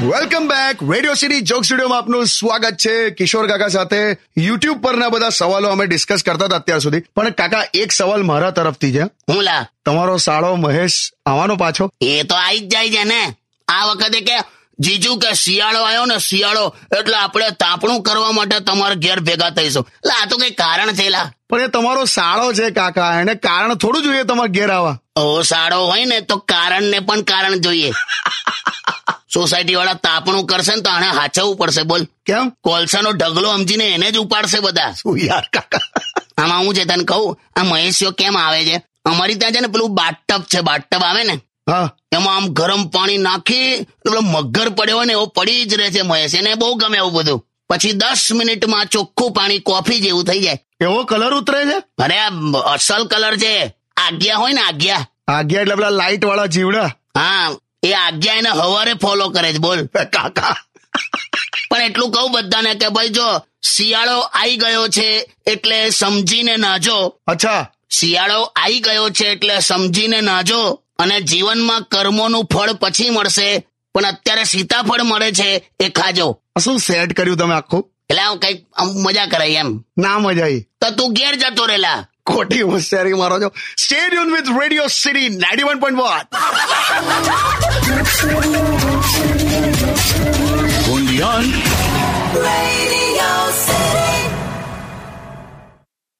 welcome back Radio City Joke સ્ટુડિયોમાં આપનું સ્વાગત છે કિશોર કાકા સાથે યુટ્યુબ પરના બધા સવાલો અમે ડિસ્કસ કરતા હતા અત્યાર સુધી પણ કાકા એક સવાલ મારા તરફથી છે હું લા તમારો સાળો મહેશ આવવાનો પાછો એ તો આવી જ જાય છે ને આ વખતે કે જીજુ કે શિયાળો આવ્યો ને શિયાળો એટલે આપણે તાપણું કરવા માટે તમારા ઘેર ભેગા થઈશું લા આ તો કઈ કારણ છે લા પણ એ તમારો સાળો છે કાકા એને કારણ થોડું જોઈએ તમારે ઘેર આવા ઓ સાળો હોય ને તો કારણને પણ કારણ જોઈએ સોસાયટી વાળા તાપણું કરશે ને તો આને હાચવવું પડશે બોલ કેમ કોલસાનો ઢગલો સમજીને એને જ ઉપાડશે બધા શું યાર કાકા આમાં હું છે તને કહું આ મહેશિયો કેમ આવે છે અમારી ત્યાં છે ને પેલું બાટટપ છે બાટટપ આવે ને હા એમાં આમ ગરમ પાણી નાખી પેલો મગર પડ્યો હોય ને એવો પડી જ રહે છે મહેશ એને બહુ ગમે એવું બધું પછી દસ મિનિટમાં ચોખ્ખું પાણી કોફી જેવું થઈ જાય એવો કલર ઉતરે છે અરે આ અસલ કલર છે આજ્ઞા હોય ને આજ્ઞા આગ્યા એટલે પેલા લાઇટ વાળા જીવડા હા એ આજ્ઞા એને હવારે ફોલો કરે છે બોલ એ કાકા પણ એટલું કહું બધાને કે ભાઈ જો શિયાળો આવી ગયો છે એટલે સમજીને નાજો અચ્છા શિયાળો આવી ગયો છે એટલે સમજીને નાજો અને જીવનમાં કર્મોનું ફળ પછી મળશે પણ અત્યારે સીતાફળ મળે છે એ ખાજો આ શું સેટ કર્યું તમે આખું એટલે આમ કઈક આમ મજા કરાય એમ ના મજા આવી તો તું ઘેર જતો રહેલા ખોટી હોશિયારી મારો છો stadium with radio city ninety one point one Radio